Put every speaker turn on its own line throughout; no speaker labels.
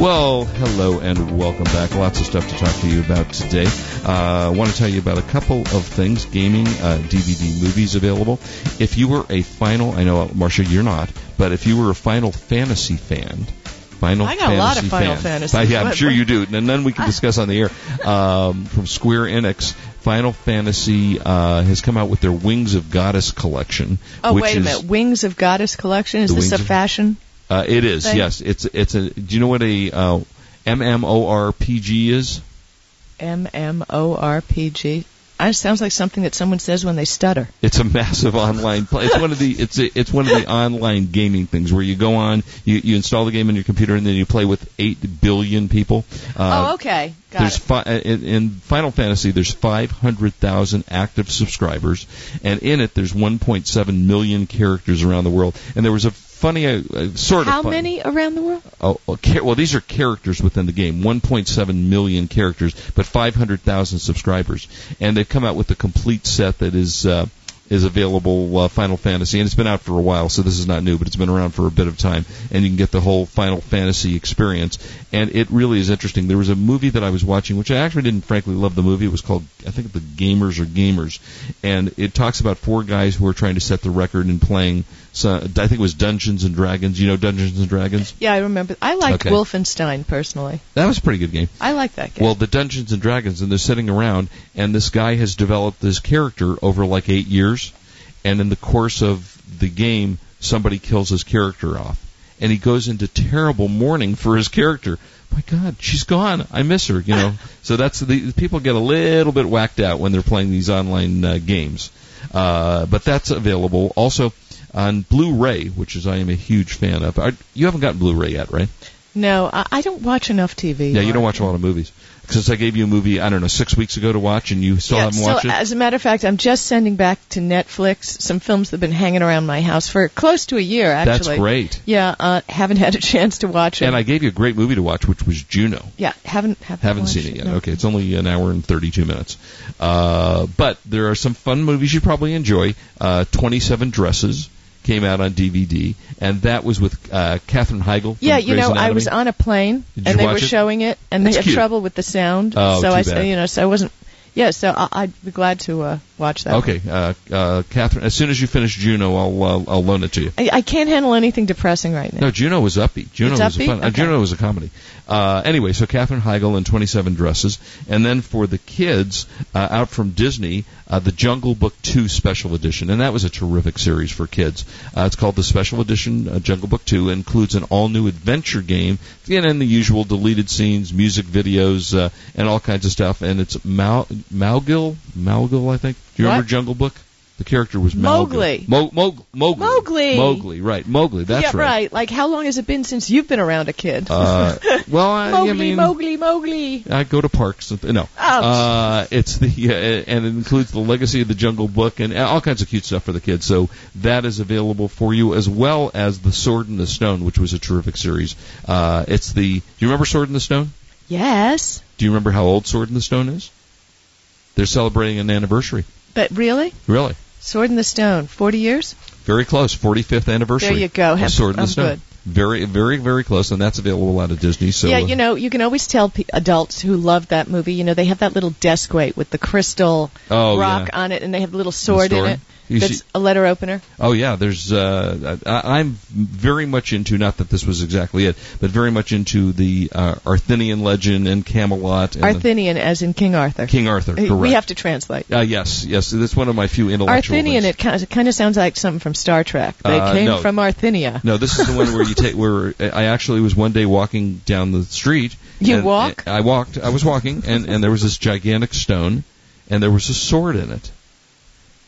Well, hello and welcome back. Lots of stuff to talk to you about today. Uh, I want to tell you about a couple of things gaming, uh, DVD movies available. If you were a Final, I know, Marcia, you're not, but if you were a Final Fantasy fan, Final
I got a
Fantasy
lot of Final
fan.
Fantasy.
Yeah, I'm
What-
sure you do. And then we can discuss on the air. Um, from Square Enix, Final Fantasy uh, has come out with their Wings of Goddess collection.
Oh,
which
wait a
is-
minute. Wings of Goddess collection? Is
The
this
Wings
a
of-
fashion?
Uh, it is,
thing?
yes. It's it's a. Do you know what a uh, MMORPG is?
MMORPG. That sounds like something that someone says when they stutter.
It's a massive online play. It's one of the it's a, it's one of the online gaming things where you go on, you, you install the game on your computer, and then you play with eight billion people. Uh,
oh, okay. Got
There's
it.
fi- uh, in, in Final Fantasy, there's 500,000 active subscribers, and in it, there's 1.7 million characters around the world. And there was a funny, uh, uh, sort
How
of funny,
many around the world?
Oh, oh, cha- well, these are characters within the game. 1.7 million characters, but 500,000 subscribers, and they've come out with the complete set that is uh, is available. Uh, Final Fantasy, and it's been out for a while, so this is not new, but it's been around for a bit of time, and you can get the whole Final Fantasy experience, and it really is interesting. There was a movie that I was watching, which I actually didn't frankly love the movie. It was called, I think, The Gamers or Gamers, and it talks about four guys who are trying to set the record in playing. So, I think it was Dungeons and Dragons. You know Dungeons and Dragons.
Yeah, I remember. I liked
Okay.
Wolfenstein, personally.
That was a pretty good game.
I like that game.
Well, the Dungeons and Dragons, and they're sitting around, and this guy has developed this character over like eight years, and in the course of the game, somebody kills his character off, and he goes into terrible mourning for his character. My God, she's gone. I miss her. You know, so that's the people get a little bit whacked out when they're playing these online uh, games, uh, but that's available also on Blu-ray, which is I am a huge fan of. Are, you haven't gotten Blu-ray yet, right?
no, I, I don't watch enough TV.
Yeah, you don't
Mark.
watch a lot of movies. Since I gave you a movie, I don't know, six weeks ago to watch, and you still
Yeah,
haven't
so uh,
watched it.
as a matter of fact, I'm just sending back to Netflix some films that have been hanging around my house for close to a year,
That's
actually.
great.
Yeah, uh, haven't had a chance to watch it.
And I gave you a great movie to watch, which was Juno.
yeah, haven't haven't,
Haven't
watched
seen it yet.
no.
Okay, it's only an hour and 32 minutes. Uh, but there are some fun movies you probably enjoy. Uh, 27 Dresses came out on DVD, and that was with uh, Katherine Heigl. from
Yeah, you
Grey's
know, I
Anatomy.
was on a plane
Did you
and they
watch
were
it?
showing it, and
It's
they had
cute.
trouble with the sound.
Oh,
so
too
I,
bad.
you know, so I wasn't. Yeah, so I, I'd be glad to uh, watch that.
Okay, uh, uh, Catherine, as soon as you finish Juno, I'll, uh, I'll loan it to you.
I, I can't handle anything depressing right now.
No, Juno was upbeat. Juno
It's
was a
upbeat?
fun. uh,
Okay.
Juno was a comedy. Uh, anyway, so Katherine Heigl in 27 Dresses, and then for the kids uh, out from Disney, uh, the Jungle Book 2 Special Edition, and that was a terrific series for kids. Uh, it's called the Special Edition uh, Jungle Book 2. Includes an all-new adventure game, and then the usual deleted scenes, music videos, uh, and all kinds of stuff. And it's Mal- Malgil, Malgil, I think. Do you remember
What?
Jungle Book? The character was Malgil.
Mowgli.
Mo- Mo- Mowgli.
Mowgli.
Mowgli, right. Mowgli, that's
yeah, right. Like, how long has it been since you've been around a kid?
uh, well, I,
Mowgli,
I mean,
Mowgli, Oh. Mowgli.
I go to parks. And th- no, uh, it's the uh, and it includes the Legacy of the Jungle Book and all kinds of cute stuff for the kids. So that is available for you as well as the Sword and the Stone, which was a terrific series. Uh, it's the. Do you remember Sword and the Stone?
Yes,
Do you remember how old Sword and the Stone is? They're celebrating an anniversary.
but really,
Really,
Sword in the Stone, forty years.
very close. 45th anniversary.
There you go.
Of
Have-
Sword and
I'm
the Stone.
good.
Very, very, very close, and that's available out of Disney. So
yeah,
uh,
you know, you can always tell pe- adults who love that movie. You know, they have that little desk weight with the crystal
Oh,
rock
yeah.
on it, and they have the little sword in
story.
it.
You
that's
see-
a letter opener.
Oh yeah, there's. Uh, I, I'm very much into not that this was exactly it, but very much into the uh, Arthenian legend and Camelot and the-
Arthenian, as in King Arthur.
King Arthur.
Uh,
Correct.
We have to translate.
Uh, yes, yes. That's one of my few intellectual.
Arthenian,
things.
it kind, of, it kind of sounds like something from Star Trek. They
Uh,
came
no.
from Arthenia.
No, this is the one where you take where I actually was one day walking down the street.
You
and-
walk?
I walked. I was walking, and and there was this gigantic stone, and there was a sword in it,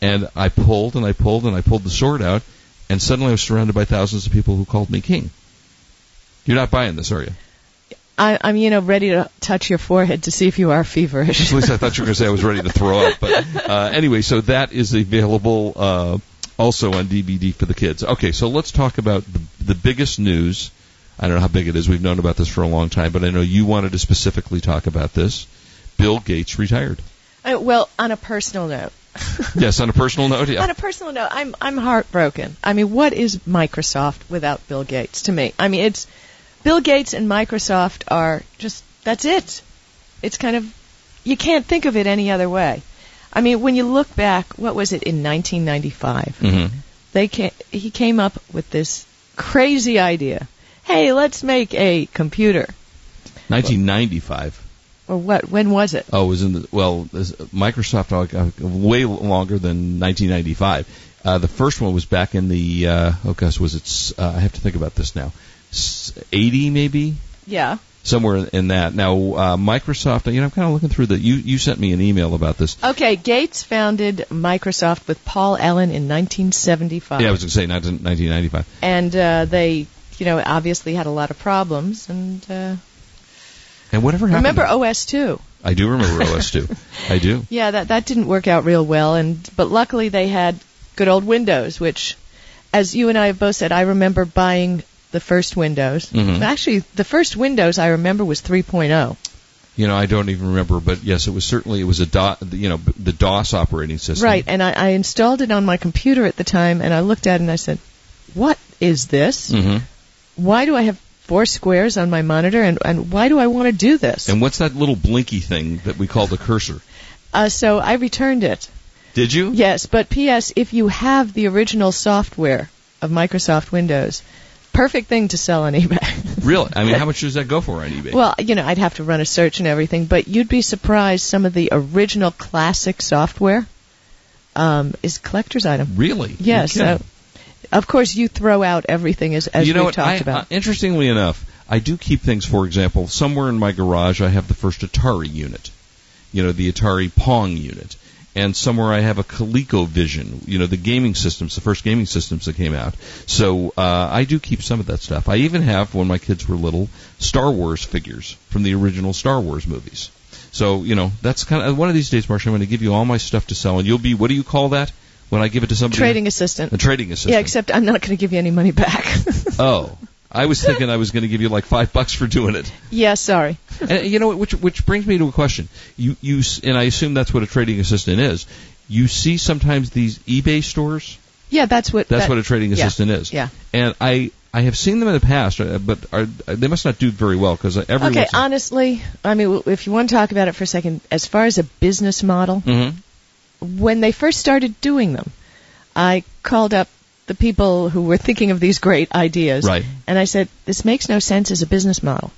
and I pulled and I pulled and I pulled the sword out, and suddenly I was surrounded by thousands of people who called me king. You're not buying this, are you?
I, I'm, you know, ready to touch your forehead to see if you are feverish.
At least I thought you were going to say I was ready to throw up. But uh, anyway, so that is available uh, also on DVD for the kids. Okay, so let's talk about the, the biggest news I don't know how big it is. We've known about this for a long time, but I know you wanted to specifically talk about this. Bill Gates retired.
Uh, well, on a personal note.
Yes, on a personal note,
On
yeah.
a personal note, I'm I'm heartbroken. I mean, what is Microsoft without Bill Gates? To me, I mean, it's Bill Gates and Microsoft are just that's it. It's kind of you can't think of it any other way. I mean, when you look back, what was it in 1995?
Mm-hmm.
They ca he came up with this crazy idea. Hey, let's make a computer.
1995.
Or what? When was it?
Oh, it was in the well, this- Microsoft uh, way longer than 1995. Uh, the first one was back in the uh, oh gosh, was it? s- Uh, I have to think about this now. S- 80 maybe
Yeah.
somewhere in- in that. Now uh, Microsoft, you know, I'm kind of looking through the. You you sent me an email about this.
Okay, Gates founded Microsoft with Paul Allen in 1975.
Yeah, I was going to say 19- 1995.
and uh, they, you know, obviously had a lot of problems. And uh,
And whatever happened.
remember OS two?
I do remember OS2. I do.
Yeah, that that didn't work out real well. And but luckily they had good old Windows, which, as you and I have both said, I remember buying the first Windows.
Mhm.
Actually, the first Windows I remember was oh. 3.0.
You know, I don't even remember, but yes, it was certainly it was a do, you know the DOS operating system.
Right, and I, I installed it on my computer at the time, and I looked at it and I said, "What is this?
Mm-hmm.
Why do I have four squares on my monitor, and and why do I want to do this?"
And what's that little blinky thing that we call the cursor?
Uh, so I returned it.
Did you?
Yes, but P.S. If you have the original software of Microsoft Windows, perfect thing to sell on eBay.
Really? I mean, how much does that go for on eBay?
well, you know, I'd have to run a search and everything, but you'd be surprised some of the original classic software um, is collector's item.
really?
Yes.
You're
So,
kidding.
of course, you throw out everything as, as
you know
we've
what?
talked
I,
about.
uh, interestingly enough, I do keep things. For example, somewhere in my garage, I have the first Atari unit. You know, the Atari Pong unit. And somewhere I have a ColecoVision, you know, the gaming systems, the first gaming systems that came out. So uh, I do keep some of that stuff. I even have, when my kids were little, Star Wars figures from the original Star Wars movies. So you know, that's kind of one of these days, Marsha. I'm going to give you all my stuff to sell, and you'll be what do you call that when I give it to somebody?
Trading assistant.
A trading assistant.
Yeah, except I'm not going to give you any money back.
Oh, I was thinking I was going to give you like five bucks for doing it.
yeah, sorry.
And you know, what, which which brings me to a question. You you s- and I assume that's what a trading assistant is. You see sometimes these eBay stores.
Yeah, that's what.
That's
that-
what a trading
yeah,
assistant is.
Yeah.
And I I have seen them in the past, uh, but are, they must not do very well because everyone.
Okay, honestly, I mean, w- if you want to talk about it for a second, as far as a business model,
mm-hmm.
when they first started doing them, I called up the people who were thinking of these great ideas,
Right.
and I said, "This makes no sense as a business model.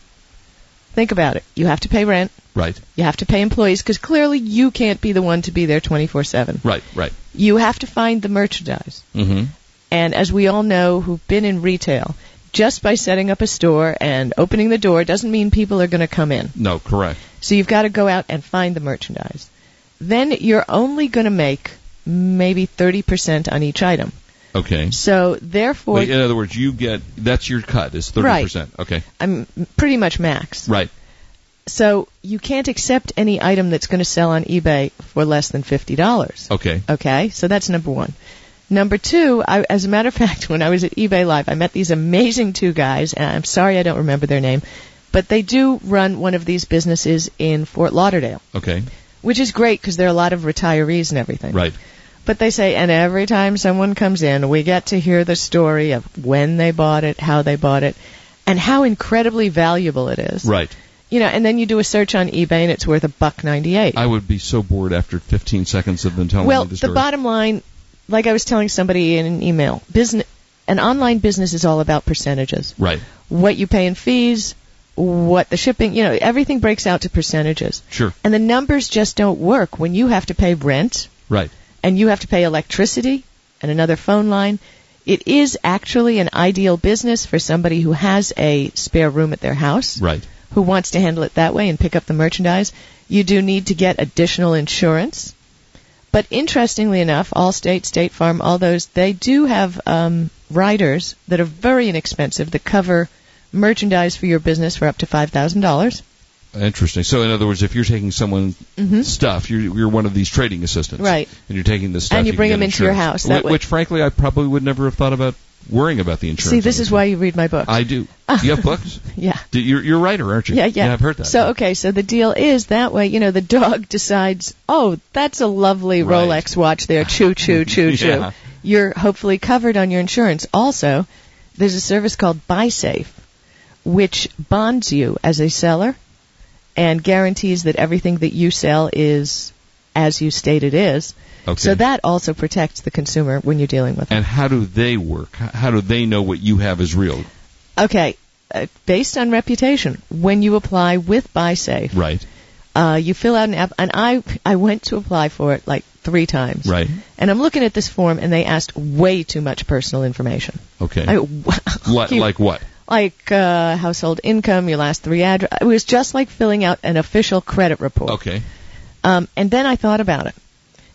Think about it. You have to pay rent,
Right.
you have to pay employees, because clearly you can't be the one to be there 24/7.
Right. Right.
You have to find the merchandise,
Mm-hmm.
and as we all know, who've been in retail." Just by setting up a store and opening the door doesn't mean people are going to come in.
No. Correct.
So you've got to go out and find the merchandise. Then you're only going to make maybe 30% on each item.
Okay.
So therefore,
Wait, in other words, you get that's your cut is thirty percent. Okay.
I'm pretty much max.
Right.
So you can't accept any item that's going to sell on eBay for less than $50.
Okay.
Okay, so that's number one. Number two, I, as a matter of fact, when I was at eBay Live, I met these amazing two guys, and I'm sorry I don't remember their name, but they do run one of these businesses in Fort Lauderdale,
Okay.
which is great because there are a lot of retirees and everything.
Right.
But they say, and every time someone comes in, we get to hear the story of when they bought it, how they bought it, and how incredibly valuable it is.
Right.
You know, and then you do a search on eBay and it's worth a buck ninety-eight.
I would be so bored after 15 seconds of them telling
well,
me the
the,
story.
bottom line, like I was telling somebody in an email, business, an online business is all about percentages.
right.
What you pay in fees, what the shipping, you know, everything breaks out to percentages.
Sure.
And the numbers just don't work when you have to pay rent,
Right.
and you have to pay electricity and another phone line. It is actually an ideal business for somebody who has a spare room at their house,
Right.
who wants to handle it that way and pick up the merchandise. You do need to get additional insurance. But interestingly enough, Allstate, State Farm, all those, they do have um, riders that are very inexpensive that cover merchandise for your business for up to $5,000.
Interesting. So, in other words, if you're taking someone's
Mhm.
stuff, you're, you're one of these trading assistants,
Right.
And you're taking this stuff,
And you bring
can get
them into your
insurance.
house that
Wh-
way.
which, frankly, I probably would never have thought about worrying about the insurance.
See, this
on
is
one.
why you read my book.
I do. You have books?
yeah.
D- You're, you're a writer, aren't you?
Yeah, yeah.
I've heard that.
So okay, so the deal is that way, you know, the dog decides, "Oh, that's a lovely
Right.
Rolex watch there. Choo choo choo choo."
Yeah.
You're hopefully covered on your insurance. Also, there's a service called BuySafe which bonds you as a seller and guarantees that everything that you sell is as you state it is.
Okay.
So that also protects the consumer when you're dealing with them.
and how do they work? H- How do they know what you have is real?
Okay, uh, based on reputation, when you apply with BuySafe,
Right.
uh, you fill out an app, and I I went to apply for it like three times.
Right.
And I'm looking at this form, and they asked way too much personal information.
Okay.
I, wow.
Li-
You-
like what?
like uh, household income, your last three address. It was just like filling out an official credit report.
Okay.
Um, and then I thought about it.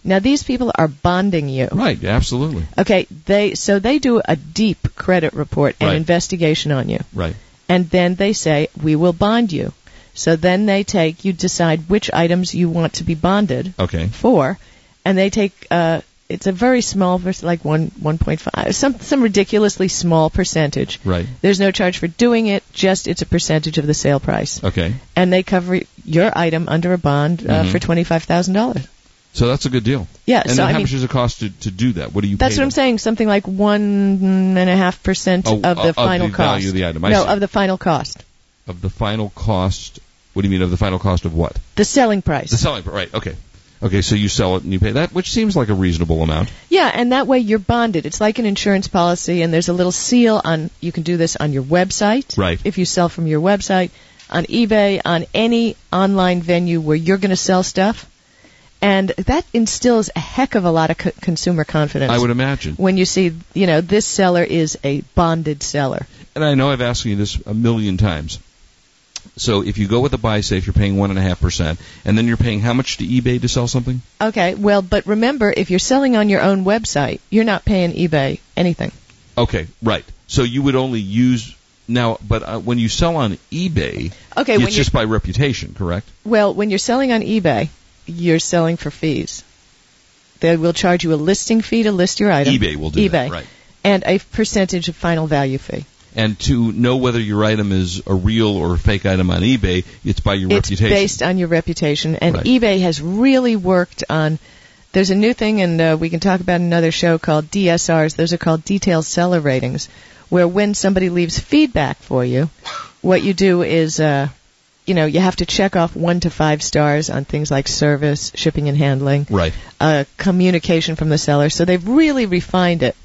Now these people are bonding you.
Right. Absolutely.
Okay. They so they do a deep credit report and
Right.
investigation on you.
Right.
and then they say, we will bond you. So then they take, you decide which items you want to be bonded
Okay.
for, and they take, uh, it's a very small, vers- like one, 1.5, some, some ridiculously small percentage.
Right.
There's no charge for doing it, just it's a percentage of the sale price.
Okay.
And they cover your item under a bond uh,
Mhm.
for $25,000.
So that's a good deal.
Yeah,
And
Uh, so
then
I
how
mean-
much does it cost to, to do that? What do you?
That's
pay
what I'm
them?
saying. Something like one and a half percent
Oh,
of the
of the
final cost.
value of the item. I
no,
see.
of the final cost,
Of the final cost. What do you mean of the final cost of what?
the selling price.
The selling. Right. Okay. Okay. So you sell it and you pay that, which seems like a reasonable amount.
Yeah, and that way you're bonded. It's like an insurance policy, and there's a little seal on. You can do this on your website,
Right.
If you sell from your website, on eBay, on any online venue where you're going to sell stuff, and that instills a heck of a lot of co- consumer confidence.
I would imagine.
when you see, you know, this seller is a bonded seller.
and I know I've asked you this a million times. So if you go with a buy safe, you're paying one and a half percent, and then you're paying how much to eBay to sell something?
Okay, well, but remember, if you're selling on your own website, you're not paying eBay anything.
Okay, right. So you would only use now, but uh, when you sell on eBay,
Okay, when
it's
you're-
just by reputation, correct?
Well, when you're selling on eBay, you're selling for fees. They will charge you a listing fee to list your item.
eBay will do that,
eBay.
right?
And a percentage of final value fee.
And to know whether your item is a real or fake item on eBay, it's by your
It's
reputation.
based on your reputation, and
Right.
eBay has really worked on. There's a new thing, and uh, we can talk about another show called DSRs. Those are called detailed seller ratings, where when somebody leaves feedback for you, what you do is, uh, you know, you have to check off one to five stars on things like service, shipping and handling,
Right.
uh, communication from the seller. So they've really refined it.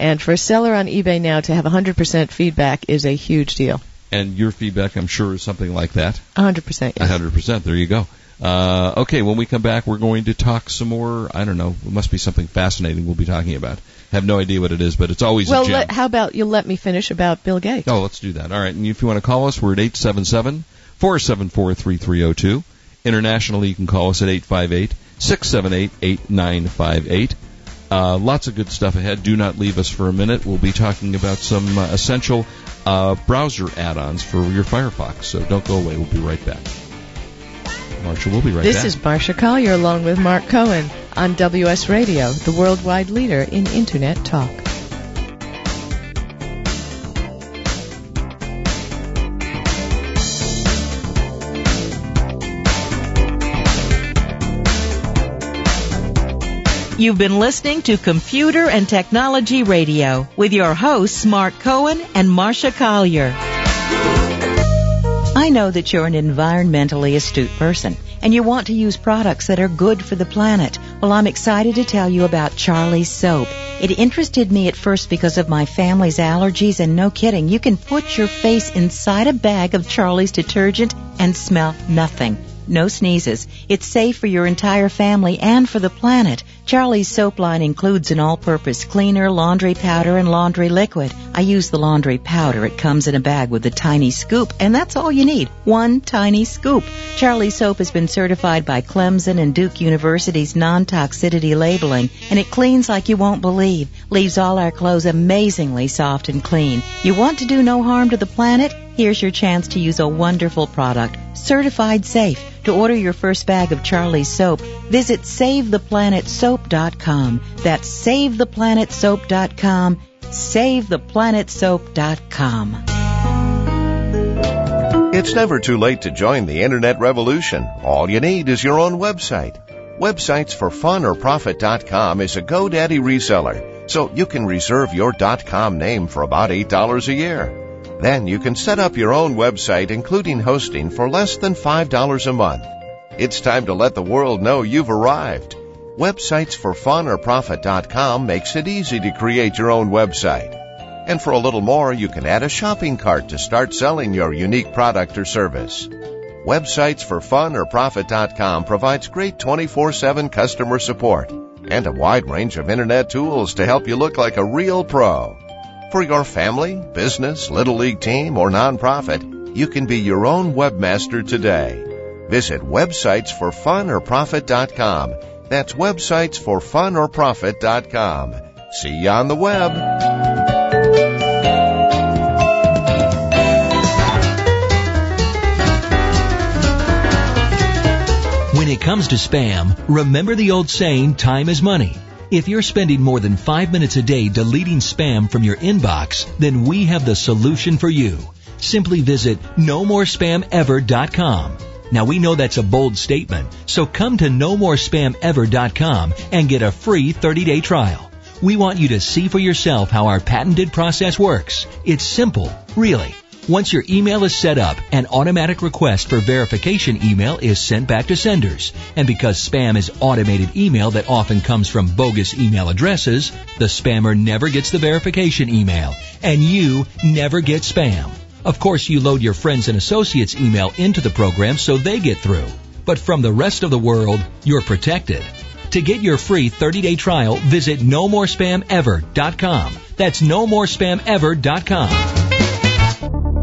And for a seller on eBay now to have 100% feedback is a huge deal.
And your feedback, I'm sure, is something like that.
100%.
A
Yes.
100%. There you go. Uh, okay, when we come back, we're going to talk some more. I don't know. It must be something fascinating we'll be talking about. Have no idea what it is, but it's always
Well,
a gem.
let, how about you let me finish about Bill Gates?
Oh, let's do that. All right. And if you want to call us, we're at 877 474 3302. Internationally, you can call us at 858 678 8958. Uh, Lots of good stuff ahead. Do not leave us for a minute. We'll be talking about some uh, essential uh, browser add ons for your Firefox. So don't go away. We'll be right back. Marshall, we'll be right
This
back.
is Marsha Collier along with Mark Cohen on WS Radio, the worldwide leader in Internet talk.
You've been listening to Computer and Technology Radio with your hosts, Mark Cohen and Marcia Collier. I know that you're an environmentally astute person and you want to use products that are good for the planet. Well, I'm excited to tell you about Charlie's soap. It interested me at first because of my family's allergies and no kidding, you can put your face inside a bag of Charlie's detergent and smell nothing. No sneezes. It's safe for your entire family and for the planet. Charlie's soap line includes an all-purpose cleaner, laundry powder, and laundry liquid. I use the laundry powder. It comes in a bag with a tiny scoop, and that's all you need. One tiny scoop. Charlie's soap has been certified by Clemson and Duke University's non-toxicity labeling, and it cleans like you won't believe. Leaves all our clothes amazingly soft and clean. You want to do no harm to the planet? Here's your chance to use a wonderful product. certified safe. To order your first bag of Charlie's soap, visit SaveThePlanetSoap.com. That's SaveThePlanetSoap.com. SaveThePlanetSoap.com.
It's never too late to join the internet revolution. All you need is your own website. Websites for fun or profit.com is a GoDaddy reseller, so you can reserve your .com name for about $8 a year. Then you can set up your own website including hosting for less than $5 a month. It's time to let the world know you've arrived. Websites for fun or profit.com makes it easy to create your own website. And for a little more, you can add a shopping cart to start selling your unique product or service. Websites for fun or profit.com provides great 24-7 customer support and a wide range of internet tools to help you look like a real pro. For your family, business, little league team, or nonprofit, you can be your own webmaster today. Visit websites for fun or profit.com. That's websites for fun or profit.com. See you on the web.
When it comes to spam, remember the old saying, time is money. If you're spending more than five minutes a day deleting spam from your inbox, then we have the solution for you. Simply visit nomorespamever.com. Now we know that's a bold statement, so come to nomorespamever.com and get a free 30-day trial. We want you to see for yourself how our patented process works. It's simple, really. Once your email is set up, an automatic request for verification email is sent back to senders. And because spam is automated email that often comes from bogus email addresses, the spammer never gets the verification email, and you never get spam. Of course, you load your friends and associates' email into the program so they get through. But from the rest of the world, you're protected. To get your free 30-day trial, visit nomorespamever.com. That's nomorespamever.com.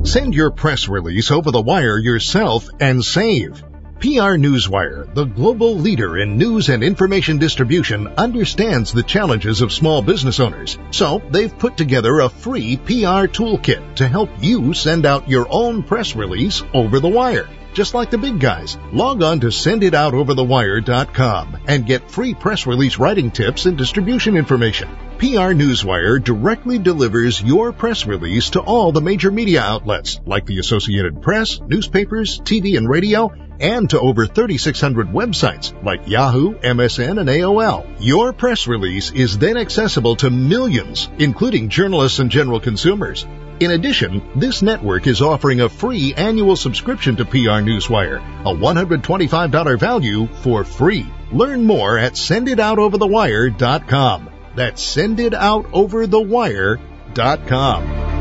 Send your press release over the wire yourself and save. PR Newswire, the global leader in news and information distribution, understands the challenges of small business owners. So they've put together a free PR toolkit to help you send out your own press release over the wire. Just like the big guys, log on to senditoutoverthewire.com and get free press release writing tips and distribution information. PR Newswire directly delivers your press release to all the major media outlets like the Associated Press, newspapers, TV and radio, and to over 3,600 websites like Yahoo, MSN, and AOL. Your press release is then accessible to millions, including journalists and general consumers. In addition, this network is offering a free annual subscription to PR Newswire, a $125 value for free. Learn more at senditoutoverthewire.com. That's senditoutoverthewire.com.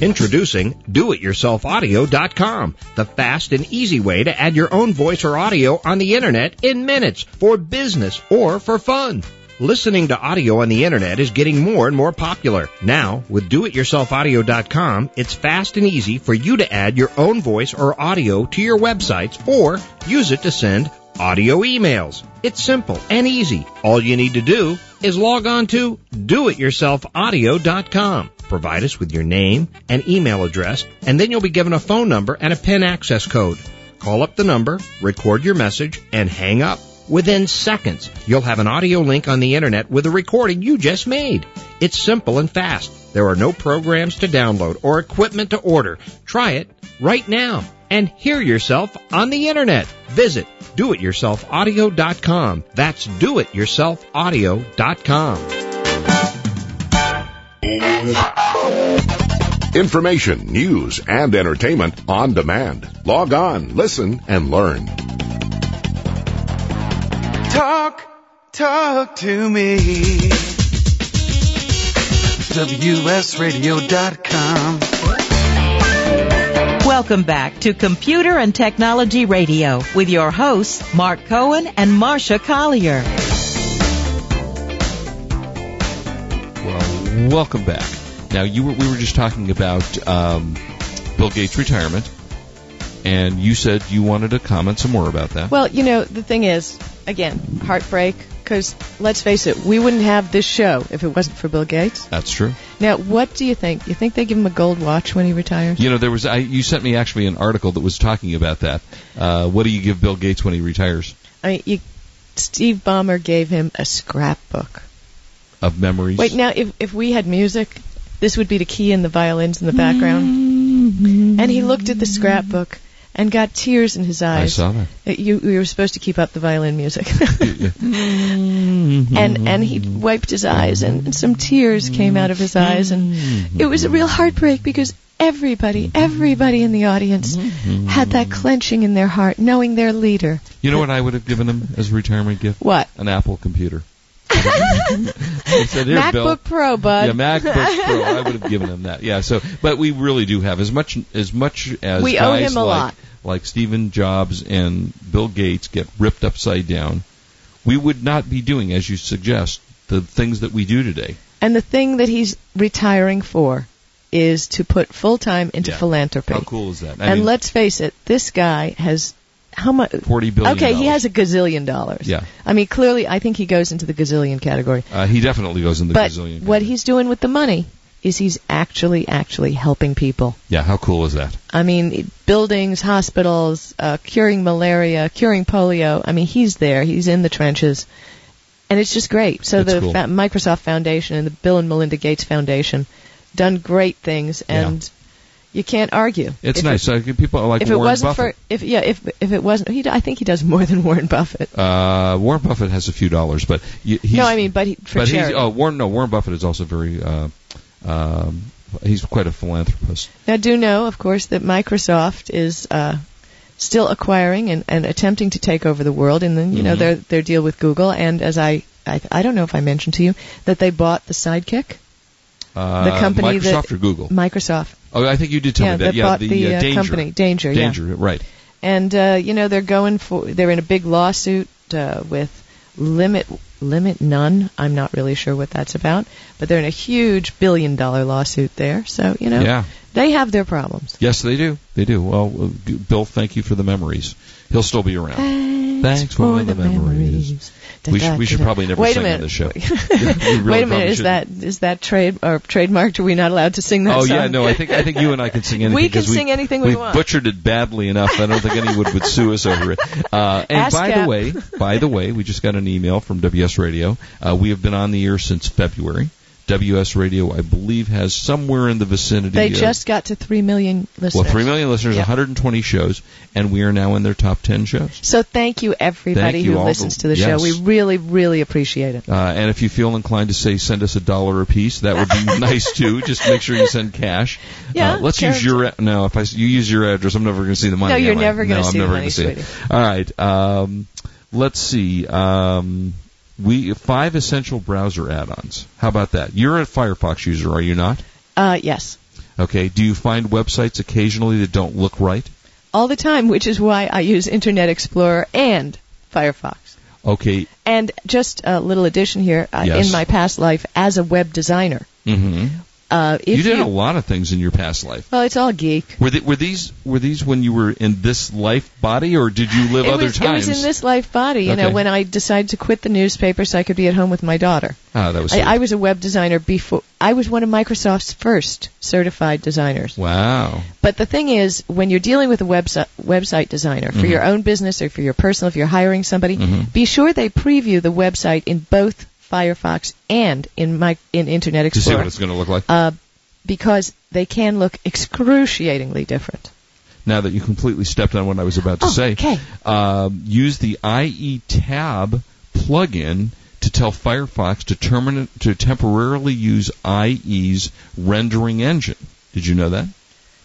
Introducing doityourselfaudio.com, the fast and easy way to add your own voice or audio on the internet in minutes for business or for fun. Listening to audio on the internet is getting more and more popular. Now, with doityourselfaudio.com, it's fast and easy for you to add your own voice or audio to your websites or use it to send audio emails. It's simple and easy. All you need to do is log on to doityourselfaudio.com. Provide us with your name and email address, and then you'll be given a phone number and a PIN access code. Call up the number, record your message, and hang up. Within seconds, you'll have an audio link on the internet with a recording you just made. It's simple and fast. There are no programs to download or equipment to order. Try it right now and hear yourself on the internet. Visit doityourselfaudio.com. That's doityourselfaudio.com.
Information, news, and entertainment on demand. Log on, listen, and learn.
Talk, talk to me. WSRadio.com.
Welcome back to Computer and Technology Radio with your hosts, Mark Cohen and Marcia Collier.
Well, welcome back. Now you were, we were just talking about um, Bill Gates' retirement, and you said you wanted to comment some more about that.
Well, you know, the thing is, again, heartbreak, Because let's face it, we wouldn't have this show if it wasn't for Bill Gates.
That's true.
Now, what do you think? You think they give him a gold watch when he retires?
You know, there was I, you sent me actually an article that was talking about that. Uh, what do you give Bill Gates when he retires?
I mean, you, Steve Ballmer gave him a scrapbook.
Of memories.
Wait, now if if we had music, this would be the key and the violins in the background. And he looked at the scrapbook and got tears in his
I
eyes. Uh,
saw that.
You, you were supposed to keep up the violin music. Mm-hmm. and and he wiped his eyes, and some tears came out of his eyes, and
Mm-hmm.
it was a real heartbreak because everybody, everybody in the audience had that clenching in their heart, knowing their leader.
You know what I would have given him as a retirement gift?
What?
An Apple computer. He said, "Here,
MacBook
Bill."
Pro, bud.
Yeah, MacBook Pro. I would have given him that. Yeah. So, but we really do have as much as much as
We owe
guys
him a
like
lot.
like Stephen Jobs and Bill Gates get ripped upside down. We would not be doing, as you suggest, the things that we do today.
And the thing that he's retiring for is to put full time into
Yeah.
philanthropy.
How cool is that? I
and
mean,
let's face it, this guy has how much?
forty billion.
Okay, he
dollars.
has a gazillion dollars.
Yeah.
I mean, clearly, I think he goes into the gazillion category.
Uh, he definitely goes in the
but
gazillion.
what
category.
he's doing with the money is he's actually, actually helping people.
Yeah. How cool is that?
I mean, buildings, hospitals, uh, curing malaria, curing polio. I mean, he's there. He's in the trenches. And it's just great. So
That's
the
cool.
fa- Microsoft Foundation and the Bill and Melinda Gates Foundation done great things, and you can't argue.
It's
If
nice. Like, people like
if it
Warren
wasn't
Buffett.
for if yeah if if it wasn't he d- I think he does more than Warren Buffett.
uh, Warren Buffett has a few dollars, but y- he's,
no, I mean, but he, for
but he's
charity.
oh, Warren. No, Warren Buffett is also very. Uh, um, he's quite a philanthropist.
Now, do know, of course, that Microsoft is uh, still acquiring and, and attempting to take over the world, and then you
Mm-hmm.
know their their deal with Google. And as I, I I don't know if I mentioned to you that they bought the Sidekick,
Uh,
the company
Microsoft
that
or Google.
Microsoft.
Oh, I think you did tell
yeah,
me that.
that
Yeah,
bought
the,
the,
uh,
uh,
danger.
company, Danger, yeah.
Danger, right?
And uh, you know they're going for they're in a big lawsuit uh, with limit limit none. I'm not really sure what that's about, but they're in a huge billion dollar lawsuit there. So you know
Yeah.
they have their problems.
Yes, they do. They do. Well, uh, G- Bill, thank you for the memories. He'll still be around.
Ah,
Thanks for the memories. We should- we should probably never
Wait
sing
a
on
minute.
this show. We really
Wait a
probably
minute. Is that
shouldn't.
is that trade or trademarked? Are we not allowed to sing that
Oh
song?
yeah, no, I think I think you and I can sing anything.
We can
'cause
sing anything we
we've
want.
butchered it badly enough. I don't think anyone would sue us over it. Uh, and by
ASCAP.
the way, by the way, we just got an email from WS Radio. Uh, we have been on the air since February. WS Radio, I believe, has somewhere in the vicinity.
They
of,
just got to three million listeners.
well, three million listeners,
Yeah.
120 shows, and we are now in their top 10 shows.
So thank you everybody
Thank you
who
all.
listens to the
Yes.
show. We really, really appreciate it.
Uh, and if you feel inclined to say send us a dollar apiece, that would be nice too. Just make sure you send cash.
Yeah,
Uh, let's
sure.
use your a- no. If I s- you use your address, I'm never going to see the money.
No, you're
am I?
never gonna
No, I'm
see the
never
money,
gonna see it. All right. Um, let's see. Um, we five essential browser add-ons. How about that? You're a Firefox user, are you not?
Uh, yes,
Okay. Do you find websites occasionally that don't look right?
all the time, which is why I use Internet Explorer and Firefox.
Okay.
And just a little addition here. Uh,
Yes.
In my past life as a web designer,
hmm
uh, if
You did
you-
a lot of things in your past life.
well, it's all geek.
Were, the, were these were these when you were in this life body, or did you live
it
other
was,
times?
It was in this life body, you know,
Okay.
when I decided to quit the newspaper so I could be at home with my daughter.
Ah, that was.
I,
sweet.
I was a web designer before. I was one of Microsoft's first certified designers.
wow.
But the thing is, when you're dealing with a website website designer for your
Mm-hmm.
own business or for your personal, if you're hiring somebody, be sure they preview the website in both Firefox and in my in Internet
To see what
Explorer Uh,
it's going to look like.
because they can look excruciatingly different.
now that you completely stepped on what I was about to
Oh,
say,
okay.
um, use the IE tab plugin to tell Firefox to termin- to temporarily use IE's rendering engine. Did you know that?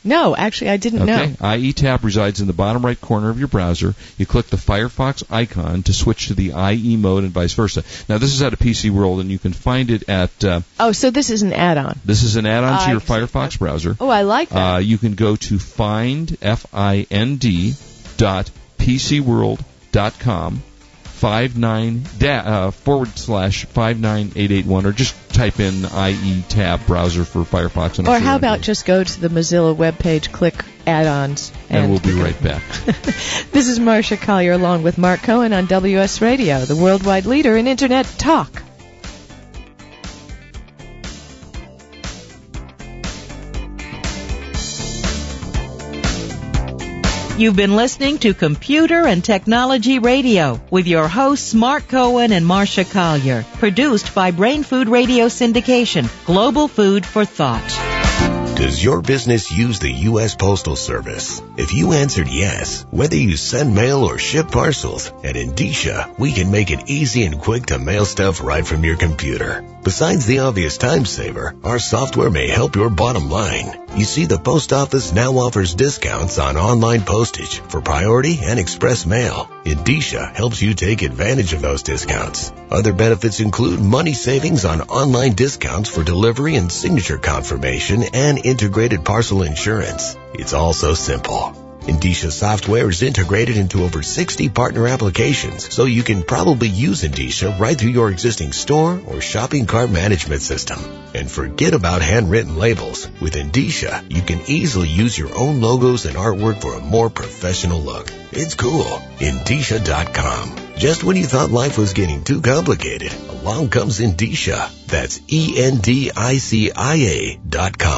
No, actually, I didn't know.
Okay. IE tab resides in the bottom right corner of your browser. You click the Firefox icon to switch to the IE mode and vice versa. Now this is out of PC World, and you can find it at. Uh,
Oh, so this is an add-on.
This is an add-on to
Uh, I
your
see.
Firefox browser.
Oh, I like that.
Uh, you can go to find f i n d dot pcworld dot com five nine da- uh, forward slash five nine eight eight one, or just type in IE tab browser for Firefox. And I'm
Or
sure
how
it'll
about
be-
just go to the Mozilla webpage, click add-ons,
And, we'll be right back.
This is Marcia Collier along with Mark Cohen on WS Radio, the worldwide leader in Internet talk.
You've been listening to Computer and Technology Radio with your hosts Mark Cohen and Marcia Collier, produced by Brain Food Radio Syndication, Global Food for Thought.
Does your business use the U.S. Postal Service? If you answered yes, whether you send mail or ship parcels, at Indicia, we can make it easy and quick to mail stuff right from your computer. Besides the obvious time saver, our software may help your bottom line. You see, the post office now offers discounts on online postage for priority and express mail. Indicia helps you take advantage of those discounts. Other benefits include money savings on online discounts for delivery and signature confirmation and integrated parcel insurance. It's all so simple. Indicia software is integrated into over 60 partner applications, so you can probably use Indicia right through your existing store or shopping cart management system. And forget about handwritten labels. With Indicia, you can easily use your own logos and artwork for a more professional look. It's cool. Indicia.com. Just when you thought life was getting too E complicated, along comes Indicia. That's E-N-D-I-C-I-A dot com.